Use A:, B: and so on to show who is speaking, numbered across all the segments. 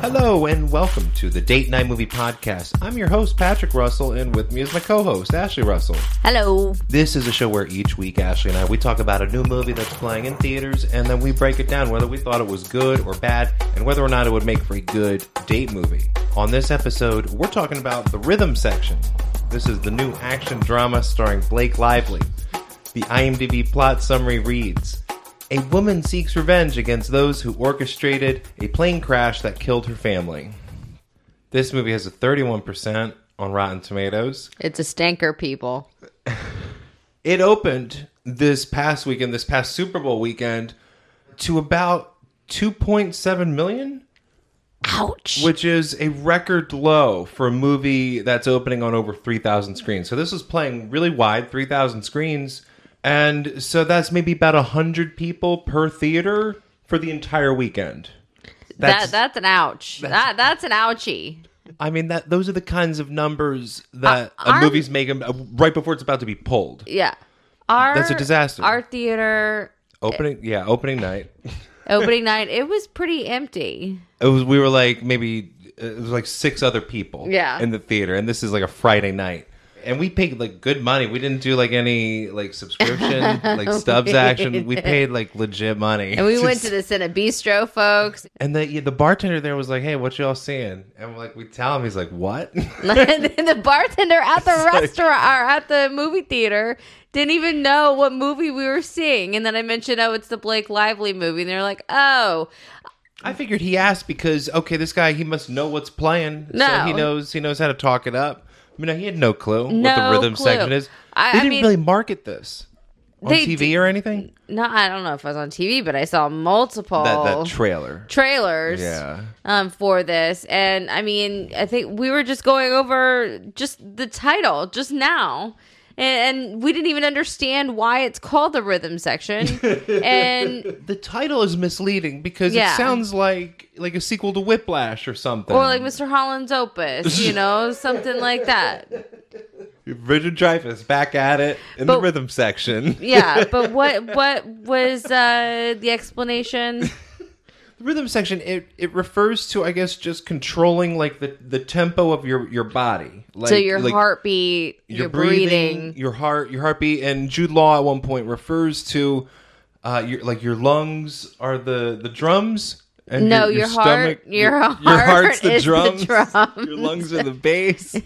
A: Hello and welcome to the Date Night Movie Podcast. I'm your host, Patrick Russell, and with me is my co host, Ashley Russell.
B: Hello.
A: This is a show where each week, Ashley and I, we talk about a new movie that's playing in theaters, and then we break it down whether we thought it was good or bad, and whether or not it would make for a good date movie. On this episode, we're talking about the rhythm section. This is the new action drama starring Blake Lively. The IMDb plot summary reads A woman seeks revenge against those who orchestrated a plane crash that killed her family. This movie has a 31% on Rotten Tomatoes.
B: It's a stinker, people.
A: It opened this past weekend, this past Super Bowl weekend, to about 2.7 million,
B: Ouch.
A: which is a record low for a movie that's opening on over 3,000 screens. So this is playing really wide, 3,000 screens. And so that's maybe about 100 people per theater for the entire weekend.
B: that, that's an ouch. that, that's an ouchie.
A: I mean that those are the kinds of numbers that
B: Uh,
A: a
B: our-
A: movie's making uh, right before it's about to be pulled.
B: Yeah. Our,
A: That's a disaster.
B: Our theater
A: Opening, yeah, opening night.
B: opening night, it was pretty empty.
A: it was we were like maybe it was like six other people
B: Yeah.
A: in the theater and this is like a friday night and we paid like good money we didn't do like any like subscription like stubs action we paid like legit money
B: And we went to the Cine Bistro, folks.
A: and the, yeah, the bartender there was like hey what y'all seeing and like we tell him he's like what
B: and then the bartender at the restaurant or at the movie theater didn't even know what movie we were seeing. And then I mentioned, oh, it's the Blake Lively movie. And they're like, oh,
A: i figured he asked because okay this guy he must know what's playing so
B: No.
A: he knows he knows how to talk it up I mean, he had no clue what the
B: No
A: rhythm
B: clue.
A: section is.
B: I-
A: they
B: I
A: didn't
B: mean-
A: really market this on
B: They
A: TV or anything.
B: no, I don't know if I was on TV, but I saw multiple
A: That that trailer.
B: trailers
A: Yeah.
B: um, for this. And I mean, I think we were just going over just the title just now. And, and we didn't even understand why it's called the rhythm section. and
A: the title is misleading because it
B: Yeah.
A: sounds like like a sequel to Whiplash or something.
B: or like Mr. Holland's Opus, you know, something like that.
A: Richard Dreyfuss back at it in the
B: But-
A: rhythm section.
B: Yeah, but what what was uh the explanation?
A: the rhythm section it it refers to I guess just controlling like the the tempo of your your body, like
B: so your
A: like,
B: heartbeat, your, breathing.
A: your heart, your heartbeat, and Jude Law at one point refers to uh, your like your lungs are the the drums. And
B: No, your heart- your heart is the drums.
A: Your lungs are the bass.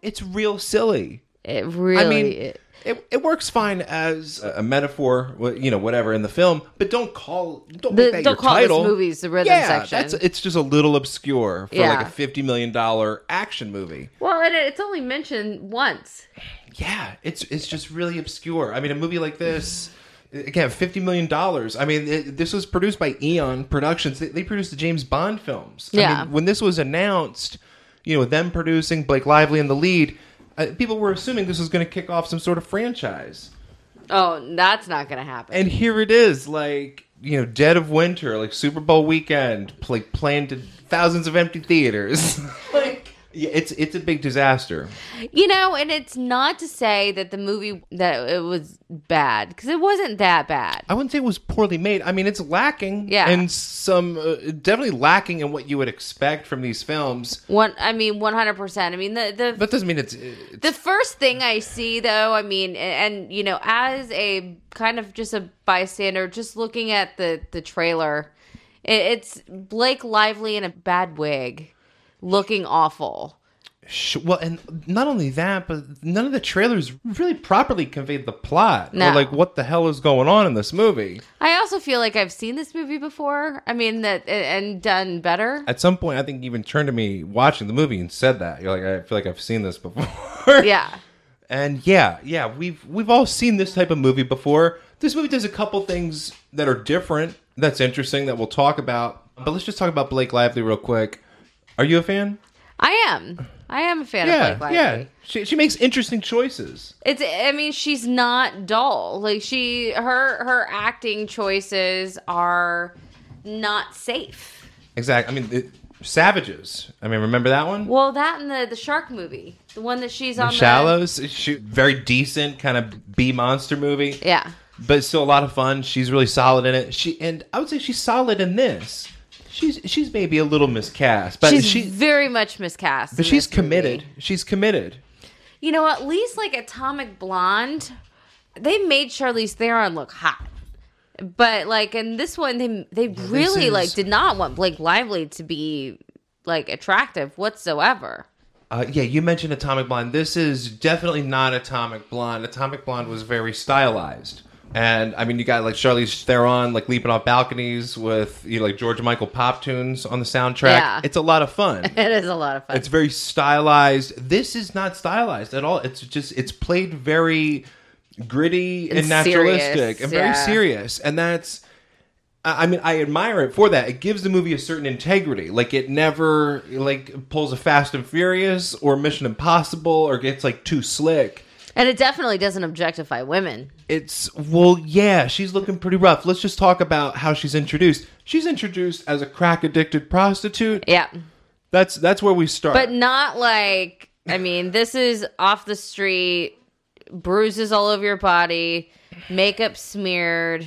A: it's real silly.
B: it really
A: I mean, it, it works fine as a a metaphor, wh- you know, whatever in the film, but don't call don't
B: The-
A: make that
B: don't
A: your
B: call this
A: title.
B: movies the rhythm
A: yeah,
B: section.
A: That's, it's just a little obscure for like
B: Yeah.
A: a fifty million dollar action movie.
B: well, and it's only mentioned once.
A: Yeah, it's it's just really obscure. I mean, a movie like this. Again, fifty million dollars. I mean, it, this was produced by Eon Productions. They, they produced the James Bond films. I
B: Yeah.
A: mean, when this was announced, you know, them producing Blake Lively in the lead, uh, people were assuming this was going to kick off some sort of franchise.
B: Oh, that's not going to happen.
A: and here it is like you know dead of winter like super bowl weekend like planned to thousands of empty theaters like yeah, it's it's a big disaster
B: You know, and it's not to say that the movie that it was bad because it wasn't that bad.
A: i wouldn't say it was poorly made i mean it's lacking
B: Yeah.
A: and some uh, definitely lacking in what you would expect from these films
B: One, I mean, one hundred percent. I mean, the the
A: that doesn't mean it's, uh, it's
B: the first thing I see though, I mean, a- and, and you know, as a kind of just a bystander, just looking at the the trailer, it, it's Blake Lively in a bad wig, looking awful.
A: sh- well and not only that but none of the trailers really properly conveyed the plot
B: No.
A: or like what the hell is going on in this movie
B: I also feel like I've seen this movie before. I mean, that and done better.
A: at some point, I think you even turned to me watching the movie and said that. You're like, I feel like I've seen this before.
B: Yeah.
A: And yeah, yeah, we've we've all seen this type of movie before. This movie does a couple things that are different, that's interesting, that we'll talk about. But let's just talk about Blake Lively real quick. Are you a fan?
B: I am. I am a fan
A: Yeah,
B: of Blake Lively.
A: yeah. She she makes interesting choices.
B: It's. I mean, she's not dull. Like she, her, her acting choices are not safe.
A: Exactly. I mean, it, Savages. I mean, remember that one?
B: Well, that and the the shark movie, the one that she's on. the-
A: Shallows. She, very decent kind of B monster movie.
B: yeah.
A: but still a lot of fun. She's really solid in it. She and I would say she's solid in this. she's she's maybe a little miscast, but
B: she's
A: Uh, she
B: very much miscast.
A: but
B: in
A: she's
B: this movie.
A: committed. She's committed.
B: You know, at least like Atomic Blonde, they made Charlize Theron look hot. But like in this one, they they really
A: is-
B: like did not want Blake Lively to be like attractive whatsoever.
A: Uh, yeah, you mentioned Atomic Blonde. This is definitely not Atomic Blonde. Atomic Blonde was very stylized. And I mean, you got like Charlize Theron like leaping off balconies with you know, like George Michael pop tunes on the soundtrack.
B: Yeah.
A: It's a lot of fun.
B: It is a lot of fun.
A: it's very stylized. This is not stylized at all. It's just it's played very gritty and,
B: And
A: naturalistic
B: serious,
A: and very
B: yeah.
A: serious. And that's I I mean, I admire it for that. It gives the movie a certain integrity. Like it never like pulls a Fast and Furious or Mission Impossible or gets like too slick.
B: and it definitely doesn't objectify women.
A: It's well, yeah, she's looking pretty rough. Let's just talk about how she's introduced. She's introduced as a crack addicted prostitute.
B: Yeah.
A: That's that's where we start.
B: But not like I mean, this is off the street, bruises all over your body, makeup smeared,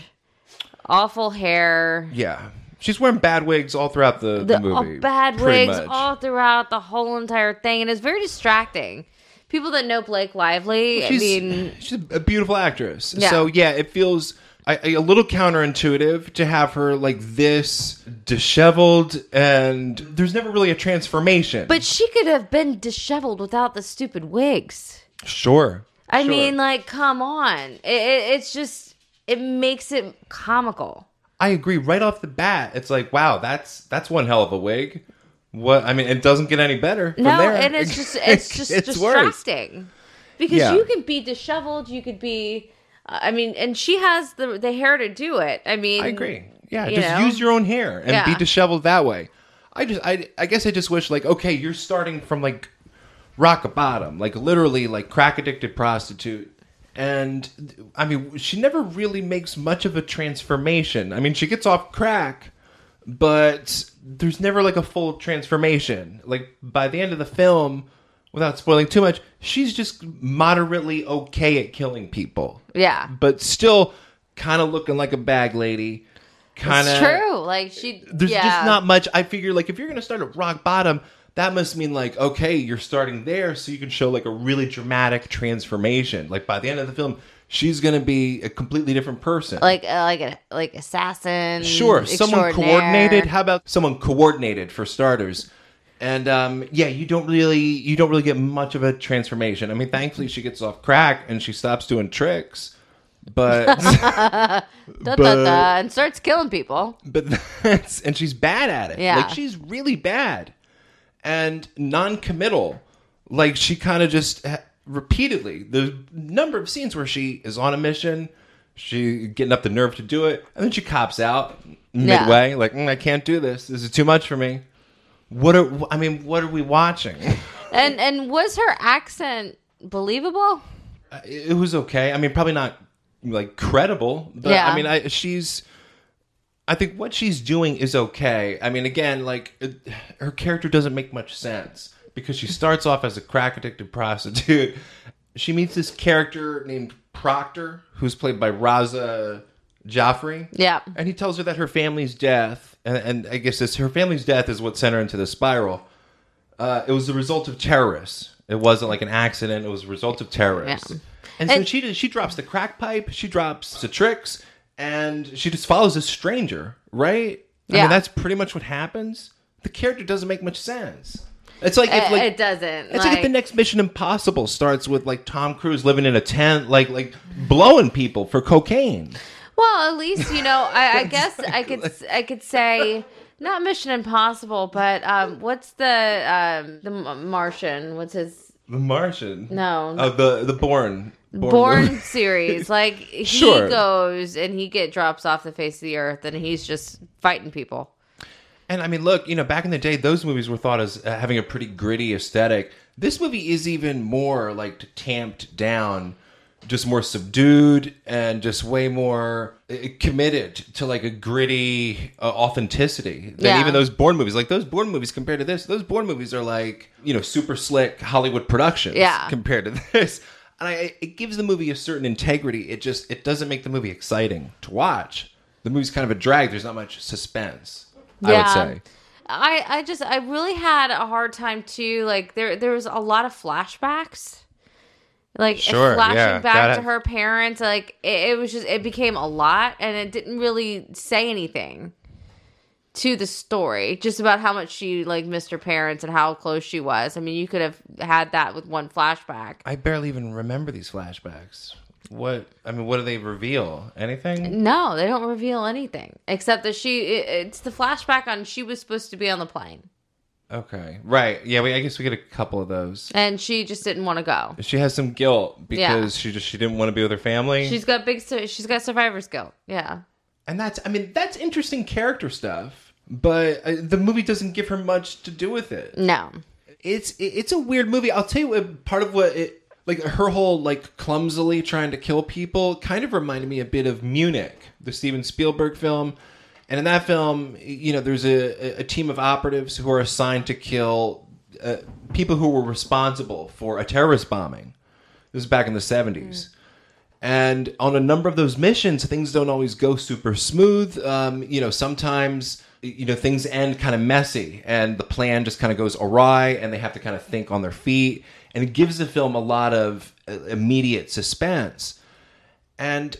B: awful hair.
A: Yeah. She's wearing bad wigs all throughout the, the,
B: the all
A: movie.
B: bad
A: pretty
B: wigs
A: much.
B: all throughout the whole entire thing, and it's very distracting. People that know Blake Lively,
A: she's,
B: I mean,
A: she's a beautiful actress.
B: Yeah.
A: So, yeah, it feels I, I- a little counterintuitive to have her like this disheveled, and there's never really a transformation.
B: but she could have been disheveled without the stupid wigs.
A: sure.
B: I
A: Sure.
B: mean, like, come on, it, it, it's just it makes it comical.
A: I agree right off the bat. It's like, wow, that's that's one hell of a wig. What I mean, it doesn't get any better. from
B: No,
A: there.
B: and it's just it's just
A: It's worse.
B: distracting because
A: Yeah.
B: you can be disheveled, you could be. uh, I mean, and she has the the hair to do it. I mean,
A: I agree. Yeah,
B: you
A: just
B: know?
A: use your own hair and be
B: Yeah.
A: disheveled that way. I just, I, I guess I just wish like, okay, you're starting from like rock bottom, like literally like crack addicted prostitute. And I mean, she never really makes much of a transformation. I mean, she gets off crack, but there's never like a full transformation. Like by the end of the film, without spoiling too much, she's just moderately okay at killing people
B: Yeah,
A: but still kind of looking like a bag lady. Kind
B: it's
A: of.
B: true. Like she,
A: There's
B: yeah.
A: just not much. I figure like if you're gonna start at rock bottom, that must mean like okay, you're starting there, so you can show like a really dramatic transformation. Like by the end of the film, she's gonna be a completely different person.
B: like uh, like a like assassin.
A: sure, someone
B: Mm, extraordinaire.
A: coordinated. How about someone coordinated for starters? And um, yeah, you don't really you don't really get much of a transformation. I mean, thankfully she gets off crack and she stops doing tricks, but.
B: Da, da, da, and starts killing people.
A: but that's and she's bad at it.
B: Yeah.
A: Like she's really bad and non-committal. Like she kind of just ha- repeatedly the number of scenes where she is on a mission, she getting up the nerve to do it, and then she cops out midway. Like "Mm, I can't do this. This is too much for me. What are I mean? What are we watching?
B: And and was her accent believable?
A: it it was okay. I mean, probably not like credible, but
B: Yeah.
A: I mean, I, she's. I think what she's doing is okay. I mean, again, like it, her character doesn't make much sense because she starts off as a crack addicted prostitute. She meets this character named Proctor, who's played by Raza Joffrey.
B: Yeah.
A: And he tells her that her family's death, and, and I guess this her family's death is what sent her into the spiral. Uh, it was the result of terrorists. It wasn't like an accident. It was the result of terrorists.
B: Yeah.
A: And, so
B: And-
A: she she drops the crack pipe. She drops the tricks, and she just follows a stranger. Right? I
B: Yeah.
A: mean, that's pretty much what happens. The character doesn't make much sense. It's like if
B: It-
A: like
B: it doesn't.
A: it's like, if the next Mission Impossible starts with like Tom Cruise living in a tent, like like blowing people for cocaine.
B: well, at least you know. I, I guess I could s- I could say not Mission Impossible, but um, what's the um the M- Martian? What's his
A: The Martian.
B: No.
A: Oh, the the Born.
B: Born series? Like he
A: Sure.
B: goes and he get drops off the face of the earth, and he's just fighting people.
A: And I mean, look, you know, back in the day, those movies were thought as uh, having a pretty gritty aesthetic. This movie is even more like tamped down, just more subdued, and just way more uh, committed to like a gritty uh, authenticity than
B: Yeah.
A: even those Born movies. Like those Born movies compared to this, those Born movies are like you know super slick Hollywood productions.
B: Yeah.
A: compared to this. And I, it gives the movie a certain integrity. It just it doesn't make the movie exciting to watch. The movie's kind of a drag. There's not much suspense.
B: Yeah.
A: I would say.
B: I I just I really had a hard time too. Like there there was a lot of flashbacks. Like
A: Sure,
B: flashing
A: yeah,
B: back
A: that-
B: to her parents, like it, it was just it became a lot, and it didn't really say anything to the story, just about how much she like missed her parents and how close she was. I mean, you could have had that with one flashback.
A: I barely even remember these flashbacks. What I mean, what do they reveal? Anything?
B: No, they don't reveal anything except that she. It, it's the flashback on she was supposed to be on the plane,
A: Okay, right? Yeah, we, I guess we get a couple of those.
B: and she just didn't want to go.
A: She has some guilt because she just she didn't want to be with her family,
B: She's got big. sur- She's got survivor's guilt. Yeah.
A: and that's I mean that's interesting character stuff. But uh, the movie doesn't give her much to do with it.
B: No.
A: It's it- it's a weird movie. I'll tell you what. Part of what it like her whole like clumsily trying to kill people kind of reminded me a bit of Munich, the Steven Spielberg film. And in that film, you know, there's a a team of operatives who are assigned to kill uh, people who were responsible for a terrorist bombing. This is back in the 70s. And on a number of those missions, things don't always go super smooth. Um, you know, sometimes you know things end kind of messy, and the plan just kind of goes awry, and they have to kind of think on their feet. And it gives the film a lot of uh, immediate suspense. And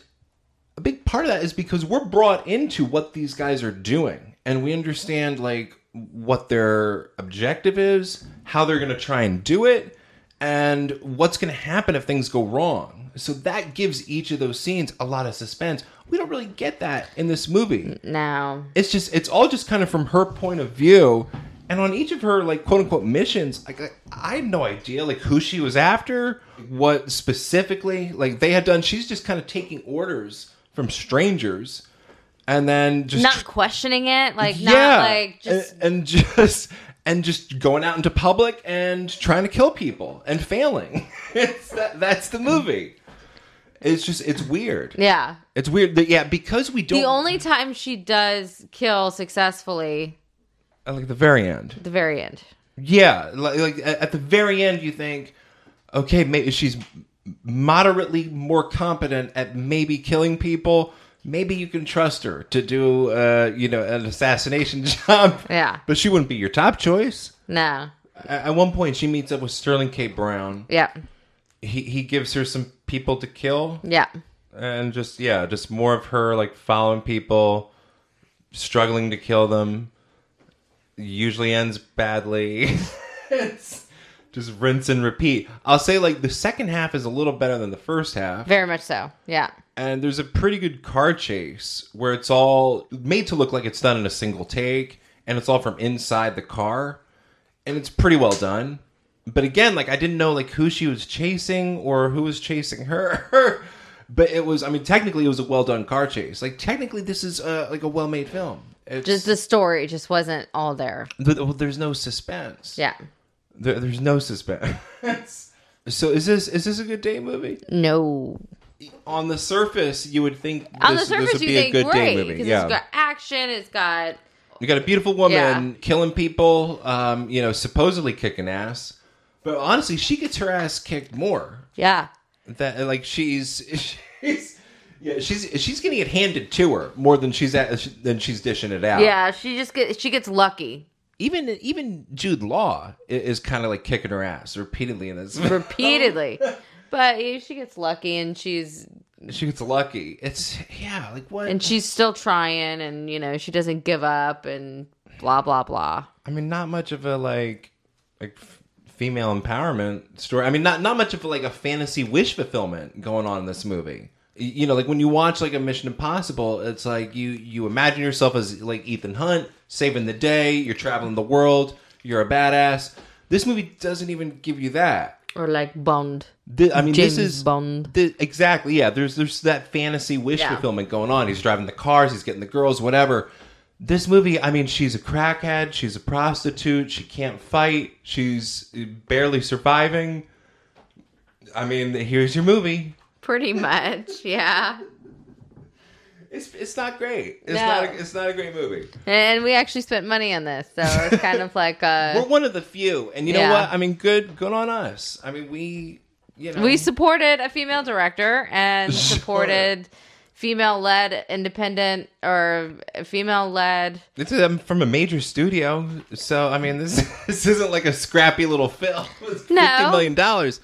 A: a big part of that is because we're brought into what these guys are doing and we understand like what their objective is, how they're going to try and do it, and what's going to happen if things go wrong. So that gives each of those scenes a lot of suspense. We don't really get that in this movie.
B: No.
A: It's just it's all just kind of from her point of view. And on each of her like quote unquote missions, like I, I had no idea like who she was after, what specifically like they had done. She's just kind of taking orders from strangers, and then just
B: Not questioning it. Like
A: yeah, Uh,
B: not like just
A: and, and just and just going out into public and trying to kill people and failing. it's that, that's the movie. It's just it's weird.
B: yeah.
A: It's weird. That, yeah, because we don't
B: The only time she does kill successfully,
A: like the very end.
B: the very end.
A: Yeah, like, like a- at the very end, you think, okay, maybe she's moderately more competent at maybe killing people. Maybe you can trust her to do, uh, you know, an assassination job.
B: Yeah.
A: but she wouldn't be your top choice.
B: No.
A: A- At one point, she meets up with Sterling K. Brown.
B: Yeah.
A: He he gives her some people to kill,
B: Yeah.
A: and just yeah, just more of her like following people, struggling to kill them. Usually ends badly. it's just rinse and repeat. I'll say like the second half is a little better than the first half,
B: Very much so. Yeah.
A: and there's a pretty good car chase where it's all made to look like it's done in a single take, and it's all from inside the car, and it's pretty well done. But again, like I didn't know like who she was chasing or who was chasing her. but it was, I mean, technically it was a well done car chase. Like technically, this is uh, like a well made film. It's,
B: Just the story just wasn't all there.
A: th- well, there's no suspense.
B: Yeah.
A: There, there's no suspense. so is this is this a good date movie?
B: No.
A: On the surface, you would think this,
B: On the
A: this
B: surface,
A: would
B: you
A: be
B: think
A: a good
B: great
A: date movie.
B: because
A: Yeah,
B: it's got action. It's got
A: you got a beautiful woman
B: Yeah.
A: killing people. Um, you know, supposedly kicking ass, but honestly, she gets her ass kicked more.
B: yeah.
A: That like she's she's yeah she's she's getting it handed to her more than she's at than she's dishing it out.
B: Yeah. She just gets she gets lucky
A: even even Jude Law i- is kind of like kicking her ass repeatedly in this.
B: repeatedly, but yeah, she gets lucky and she's
A: she gets lucky. It's yeah, like what?
B: and she's still trying and you know she doesn't give up and blah blah blah
A: I mean, not much of a like like f- female empowerment story. I mean, not not much of like a fantasy wish fulfillment going on in this movie. Y- You know, like when you watch like a Mission Impossible, it's like you you imagine yourself as like Ethan Hunt saving the day. You're traveling the world. You're a badass. This movie doesn't even give you that.
B: or like bond
A: Thi- I mean,
B: james
A: this is
B: bond
A: The, exactly, yeah. There's there's that fantasy wish
B: Yeah.
A: fulfillment going on. He's driving the cars, he's getting the girls, whatever. This movie, I mean, she's a crackhead, she's a prostitute, she can't fight, she's barely surviving. I mean, here's your movie.
B: pretty much yeah
A: It's it's not great. It's
B: No.
A: not a, it's not a great movie.
B: and we actually spent money on this so it's kind of like uh
A: We're one of the few, and you know
B: Yeah.
A: what? I mean, good good on us. I mean, we you know
B: we supported a female director and
A: Sure.
B: supported female led independent or female led.
A: This is um, from a major studio, so I mean this this isn't like a scrappy little film. It's fifty
B: No.
A: million dollars,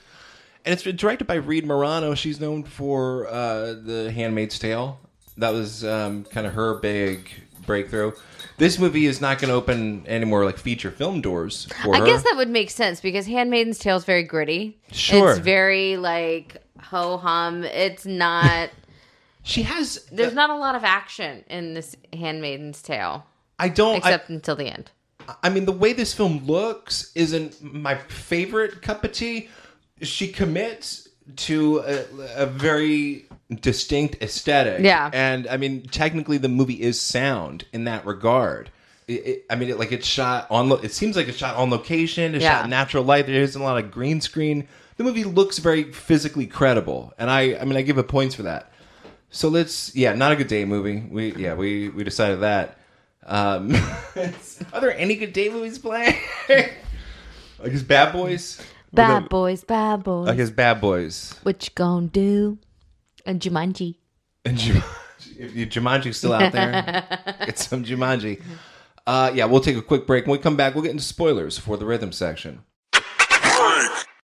A: and it's directed by Reed Morano. She's known for uh, The Handmaid's Tale. That was um, kind of her big breakthrough. This movie is not going to open any more like feature film doors for
B: I
A: her.
B: guess that would make sense because Handmaiden's Tale is very gritty.
A: Sure.
B: It's very like ho hum. It's not.
A: she has.
B: There's not a lot of action in this Handmaiden's Tale
A: I don't. I-
B: except until the end.
A: I mean, the way this film looks isn't my favorite cup of tea. She commits to a, a very distinct aesthetic.
B: Yeah.
A: And I mean, technically, the movie is sound in that regard. It, it- I mean, it, like it's shot on. Lo- it seems like it's shot on location. It's shot
B: Yeah.
A: in natural light. There isn't a lot of green screen. The movie looks very physically credible, and I, I mean, I give it points for that. So let's, yeah, not a good day movie. We, yeah, we we decided that. Um, are there any good day movies playing? like is Bad Boys?
B: Bad boys, bad boys.
A: Like is Bad Boys?
B: What you gonna do? And Jumanji.
A: And Jumanji, if you- Jumanji's still out there, get some Jumanji. Uh, yeah, we'll take a quick break. When we come back, we'll get into spoilers for the rhythm section.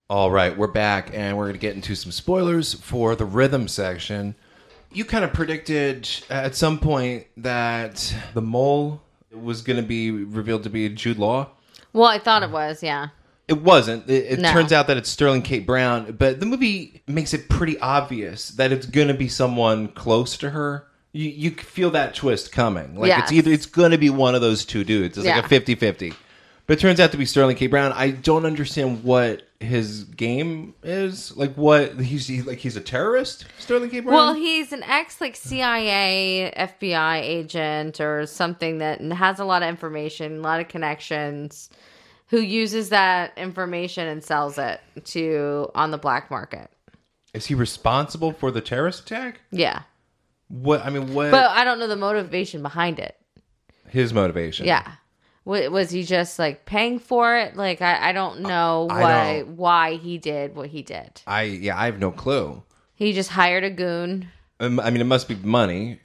A: All right, we're back, and we're going to get into some spoilers for the rhythm section. You kind of predicted at some point that the mole was going to be revealed to be Jude Law.
B: Well, I thought it was, yeah.
A: It wasn't. It, it
B: No.
A: turns out that it's Sterling K. Brown, but the movie makes it pretty obvious that it's going to be someone close to her. You, you feel that twist coming. Like it's
B: Yes.
A: either it's going to be one of those two dudes. It's like
B: Yeah.
A: a 50 50. But it turns out to be Sterling K. Brown. I don't understand what his game is. Like what he's he, like he's a terrorist, Sterling K. Brown.
B: Well, he's an ex like CIA, FBI agent or something that has a lot of information, a lot of connections, who uses that information and sells it to on the black market.
A: is he responsible for the terrorist attack?
B: Yeah.
A: What I mean, what
B: But I don't know the motivation behind it.
A: his motivation?
B: Yeah. Wa- Was he just like paying for it? Like I, I don't know
A: I
B: why
A: don't-
B: why he did what he did.
A: I yeah, I have no clue.
B: He just hired a goon.
A: Um, I mean, it must be money,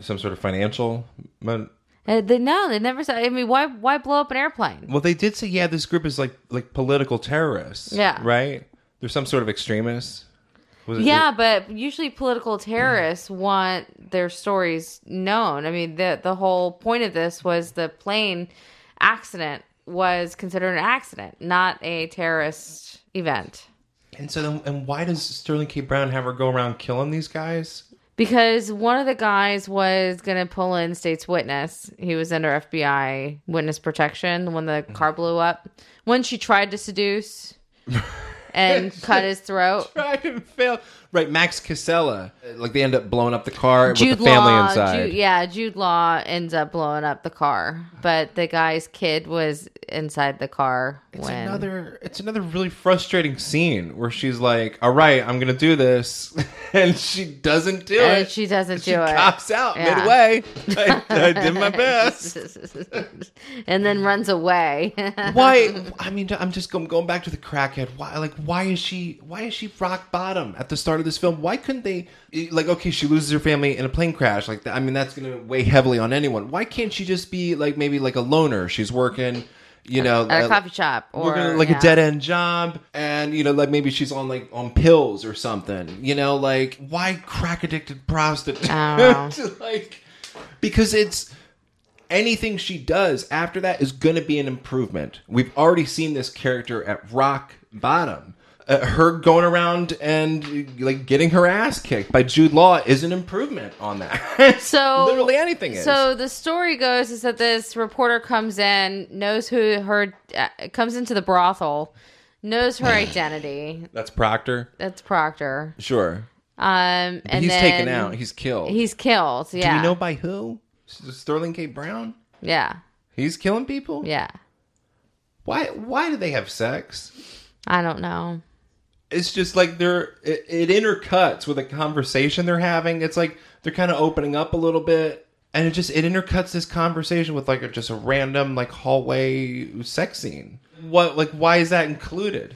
A: some sort of financial. Mon-
B: Uh, they, no, they never said. I mean, why why blow up an airplane?
A: well, they did say, yeah, this group is like like political terrorists.
B: Yeah.
A: right. They're some sort of extremists. Was it-
B: Yeah, but usually political terrorists want their stories known. I mean, the the whole point of this was the plane accident was considered an accident, not a terrorist event.
A: and so, then, and why does Sterling K. Brown have her go around killing these guys?
B: Because one of the guys was going to pull in state's witness. He was under FBI witness protection, the one the
A: Mm-hmm.
B: car blew up. One she tried to seduce and cut his throat.
A: Right, and fail. Right, Max Casella. Like they end up blowing up the car with
B: Jude
A: the family
B: Law,
A: inside.
B: Jude, yeah, Jude Law ends up blowing up the car, but the guy's kid was inside the car
A: It's
B: when
A: another it's another really frustrating scene where she's like, "All right, I'm going to do this." And she doesn't do
B: and
A: it.
B: she doesn't
A: she
B: do
A: cops out
B: Yeah.
A: midway. I, I did my best.
B: it, and then runs away.
A: Why? I mean, I'm just going, going back to the crackhead. Why? Like, why is she? Why is she rock bottom at the start of this film? Why couldn't they? Like, okay, she loses her family in a plane crash. Like, I mean, that's going to weigh heavily on anyone. Why can't she just be like maybe like a loner? She's working, you know,
B: at
A: uh,
B: a coffee shop or
A: working like
B: yeah.
A: a dead end job, and you know, like maybe she's on like on pills or something. You know, like why crack addicted prostitute?
B: I
A: like because it's anything she does after that is going to be an improvement. We've already seen this character at rock bottom. Uh, her going around and like getting her ass kicked by Jude Law is an improvement on that.
B: So-
A: literally anything is.
B: So the story goes is that this reporter comes in, knows who her uh, comes into the brothel, knows her identity.
A: that's Proctor.
B: That's Proctor.
A: Sure.
B: Um, and
A: he's
B: then
A: taken out. He's killed.
B: He's killed.
A: Do
B: Yeah.
A: we know by who? S- Sterling K. Brown?
B: yeah.
A: He's killing people?
B: Yeah.
A: Why why do they have sex?
B: I don't know.
A: It's just like they're it, it intercuts with a conversation they're having. It's like they're kind of opening up a little bit and it just it intercuts this conversation with like a, just a random like hallway sex scene. What like why is that included?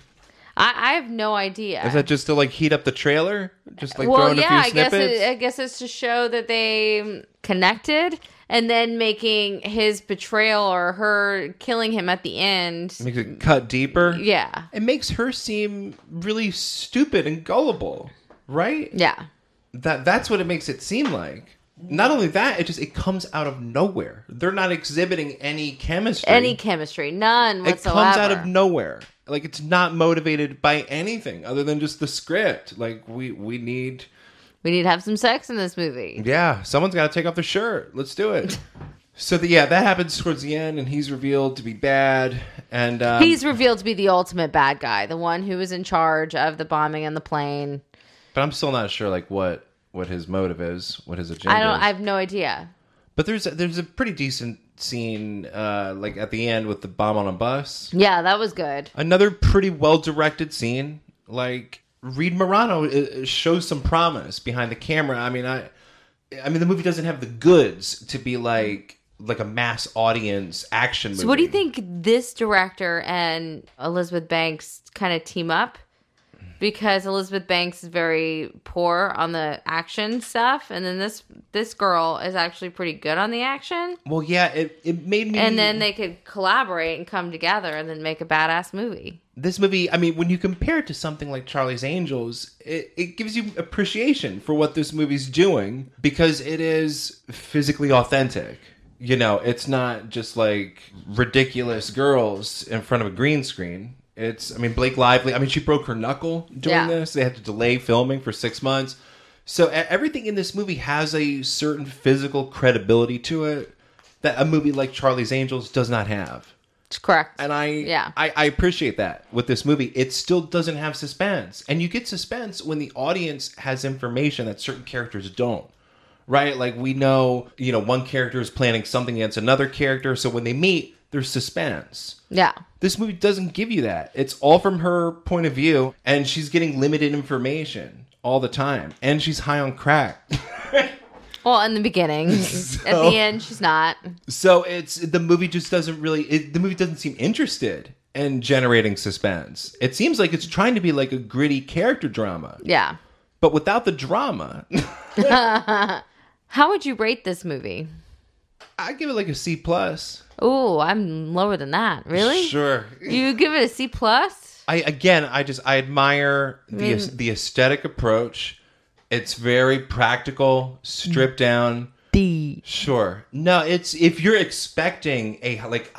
B: I, I have no idea.
A: Is that just to like heat up the trailer? Just like
B: well,
A: throwing
B: yeah,
A: a
B: I
A: few
B: guess
A: snippets.
B: it, I guess it's to show that they connected, and then making his betrayal or her killing him at the end.
A: makes it cut deeper.
B: Yeah,
A: It makes her seem really stupid and gullible, right?
B: yeah,
A: That that's what it makes it seem like. Not only that, it just it comes out of nowhere. They're not exhibiting any chemistry.
B: any chemistry, none
A: it
B: whatsoever.
A: comes out of nowhere. Like it's not motivated by anything other than just the script. Like we we need
B: we need to have some sex in this movie.
A: yeah, someone's got to take off their shirt. Let's do it. so the, yeah, that happens towards the end, and he's revealed to be bad. And um,
B: He's revealed to be the ultimate bad guy, the one who was in charge of the bombing on the plane.
A: but I'm still not sure like what what his motive is, what his agenda.
B: I don't.
A: is.
B: I have no idea.
A: But there's there's a pretty decent scene uh, like at the end with the bomb on a bus.
B: Yeah, that was good.
A: Another pretty well directed scene. Like Reed Morano uh, shows some promise behind the camera. I mean, I I mean the movie doesn't have the goods to be like like a mass audience action movie.
B: So, what do you think this director and Elizabeth Banks kind of team up? Because Elizabeth Banks is very poor on the action stuff, and then this this girl is actually pretty good on the action.
A: Well, yeah, it it made me.
B: And then they could collaborate and come together and then make a badass movie.
A: this movie, I mean, when you compare it to something like Charlie's Angels, it, it gives you appreciation for what this movie's doing because it is physically authentic. You know, it's not just like ridiculous girls in front of a green screen. It's, I mean, Blake Lively, I mean, she broke her knuckle doing
B: Yeah.
A: this. They had to delay filming for six months. So e- everything in this movie has a certain physical credibility to it that a movie like Charlie's Angels does not have
B: It's correct.
A: and I
B: Yeah.
A: I, I appreciate that with this movie. It still doesn't have suspense, and you get suspense when the audience has information that certain characters don't. Right, like we know, you know, one character is planning something against another character, so when they meet, there's suspense.
B: yeah.
A: This movie doesn't give you that. It's all from her point of view, and she's getting limited information all the time, and she's high on crack.
B: Well, in the beginning, at the end, she's not.
A: So it's the movie just doesn't really it, the movie doesn't seem interested in generating suspense. It seems like it's trying to be like a gritty character drama,
B: Yeah.
A: but without the drama.
B: How would you rate this movie?
A: I give it like a C plus.
B: Oh, I'm lower than that. Really?
A: Sure.
B: You give it a C plus?
A: I again, I just I admire the the aesthetic approach. It's very practical, stripped down.
B: D.
A: Sure. No, it's if you're expecting a like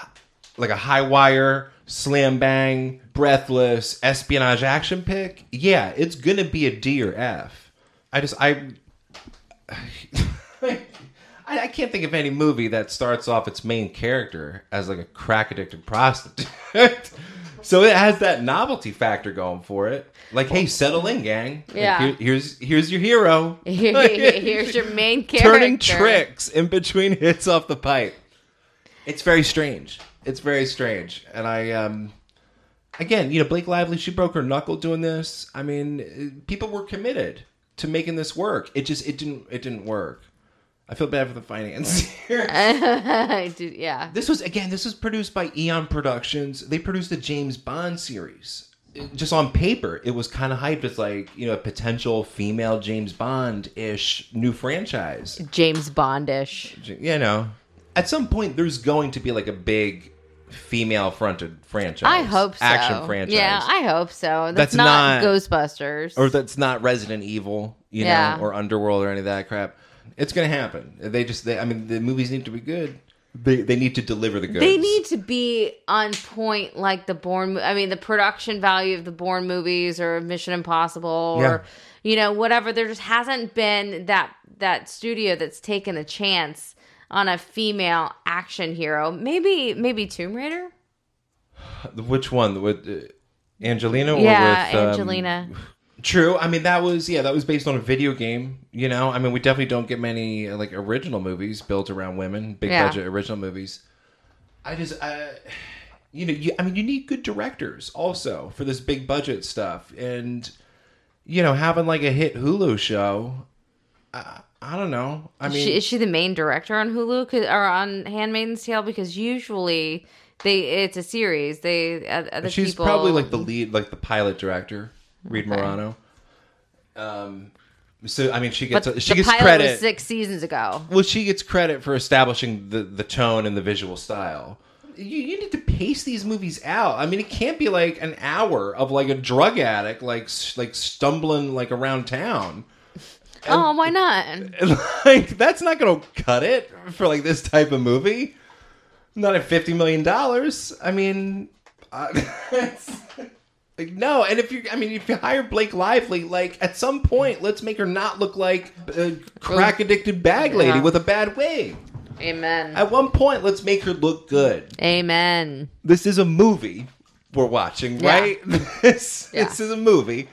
A: like a high wire, slam bang, breathless espionage action pick, yeah, it's gonna be a D or F. I just I I, I can't think of any movie that starts off its main character as like a crack addicted prostitute. so it has that novelty factor going for it. Like, hey, settle in, gang. Like,
B: Yeah.
A: here- here's here's your hero
B: Here's your main character.
A: turning tricks in between hits off the pipe. It's very strange. It's very strange. And I, um, again, you know, Blake Lively, she broke her knuckle doing this. I mean, uh, people were committed to making this work. It just, it didn't, it didn't work. I feel bad for the financier.
B: I do- yeah.
A: this was, again, this was produced by Eon Productions. They produced a James Bond series. It- Just on paper, it was kind of hyped as like, you know, a potential female James Bond ish new franchise.
B: James Bondish.
A: you know, at some point there's going to be like a big female fronted franchise.
B: I hope so.
A: Action franchise.
B: Yeah, I hope so. That's,
A: That's
B: not,
A: not-
B: Ghostbusters.
A: or that's not Resident Evil, you
B: Yeah.
A: know, or Underworld or any of that crap. It's going to happen. They just, they, I mean, the movies need to be good. They, they need to deliver the goods.
B: they need to be on point like the Bourne mo- I mean the production value of the Bourne movies or Mission Impossible or you know whatever there just hasn't been that that studio that's taken a chance on a female action hero. Maybe maybe Tomb Raider?
A: Which one? With uh, Angelina or
B: yeah,
A: with. um,
B: Angelina.
A: True. I mean, that was yeah, that was based on a video game. You know, I mean, we definitely don't get many uh, like original movies built around women, big
B: Yeah.
A: budget original movies. I just, uh, you know, you, I mean, you need good directors also for this big budget stuff, and you know, having like a hit Hulu show. I, I don't know. I mean,
B: she, is she the main director on Hulu 'Cause- or on Handmaid's Tale? Because usually they it's a series. They uh, other
A: She's
B: people.
A: probably like the lead, like the pilot director, Reed Morano. Um, So I mean, she
B: But
A: gets she
B: the
A: gets
B: pilot
A: credit.
B: was six seasons ago.
A: Well, she gets credit for establishing the, the tone and the visual style. You, you need to pace these movies out. I mean, it can't be like an hour of like a drug addict like s- like stumbling like around town.
B: oh, why not?
A: Like that's not going to cut it for like this type of movie. Not at fifty million dollars. I mean, uh, it's- like no. And if you, I mean, if you hire Blake Lively, like at some point, let's make her not look like a crack addicted bag lady
B: Yeah.
A: with a bad wig.
B: Amen.
A: At one point, let's make her look good.
B: Amen.
A: This is a movie we're watching,
B: Yeah.
A: right? this
B: Yeah.
A: this is a movie.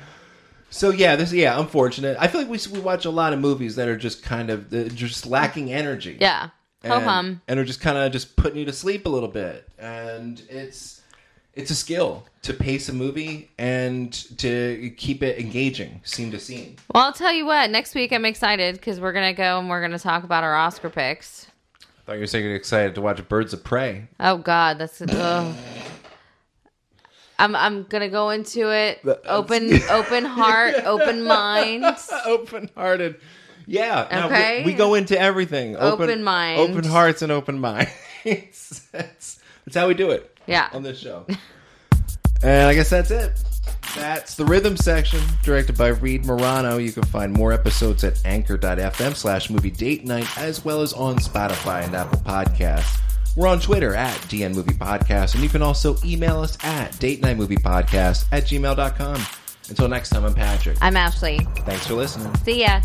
A: So yeah, this yeah, unfortunate. I feel like we we watch a lot of movies that are just kind of uh, just lacking energy.
B: Yeah. Ho
A: And-
B: hum.
A: And are just kind of just putting you to sleep a little bit. And it's it's a skill to pace a movie and to keep it engaging scene to scene.
B: Well, I'll tell you what. Next week, I'm excited because we're gonna go and we're gonna talk about our Oscar picks.
A: I thought you were saying you're excited to watch Birds of Prey.
B: Oh God, that's. Ugh. I'm I'm gonna go into it
A: That-
B: open open heart, open mind.
A: open hearted. Yeah. no, we-
B: Okay.
A: we, go into everything.
B: Open mind.
A: Open hearts and open minds. that's, that's how we do it
B: Yeah.
A: on this show. and I guess that's it. That's the rhythm section, directed by Reed Morano. You can find more episodes at anchor.fm slash movie date night, as well as on Spotify and Apple Podcasts. We're on Twitter at DN Movie Podcast, and you can also email us at date night movie podcast at gmail.com. Until next time, I'm Patrick.
B: I'm Ashley.
A: Thanks for listening.
B: See ya.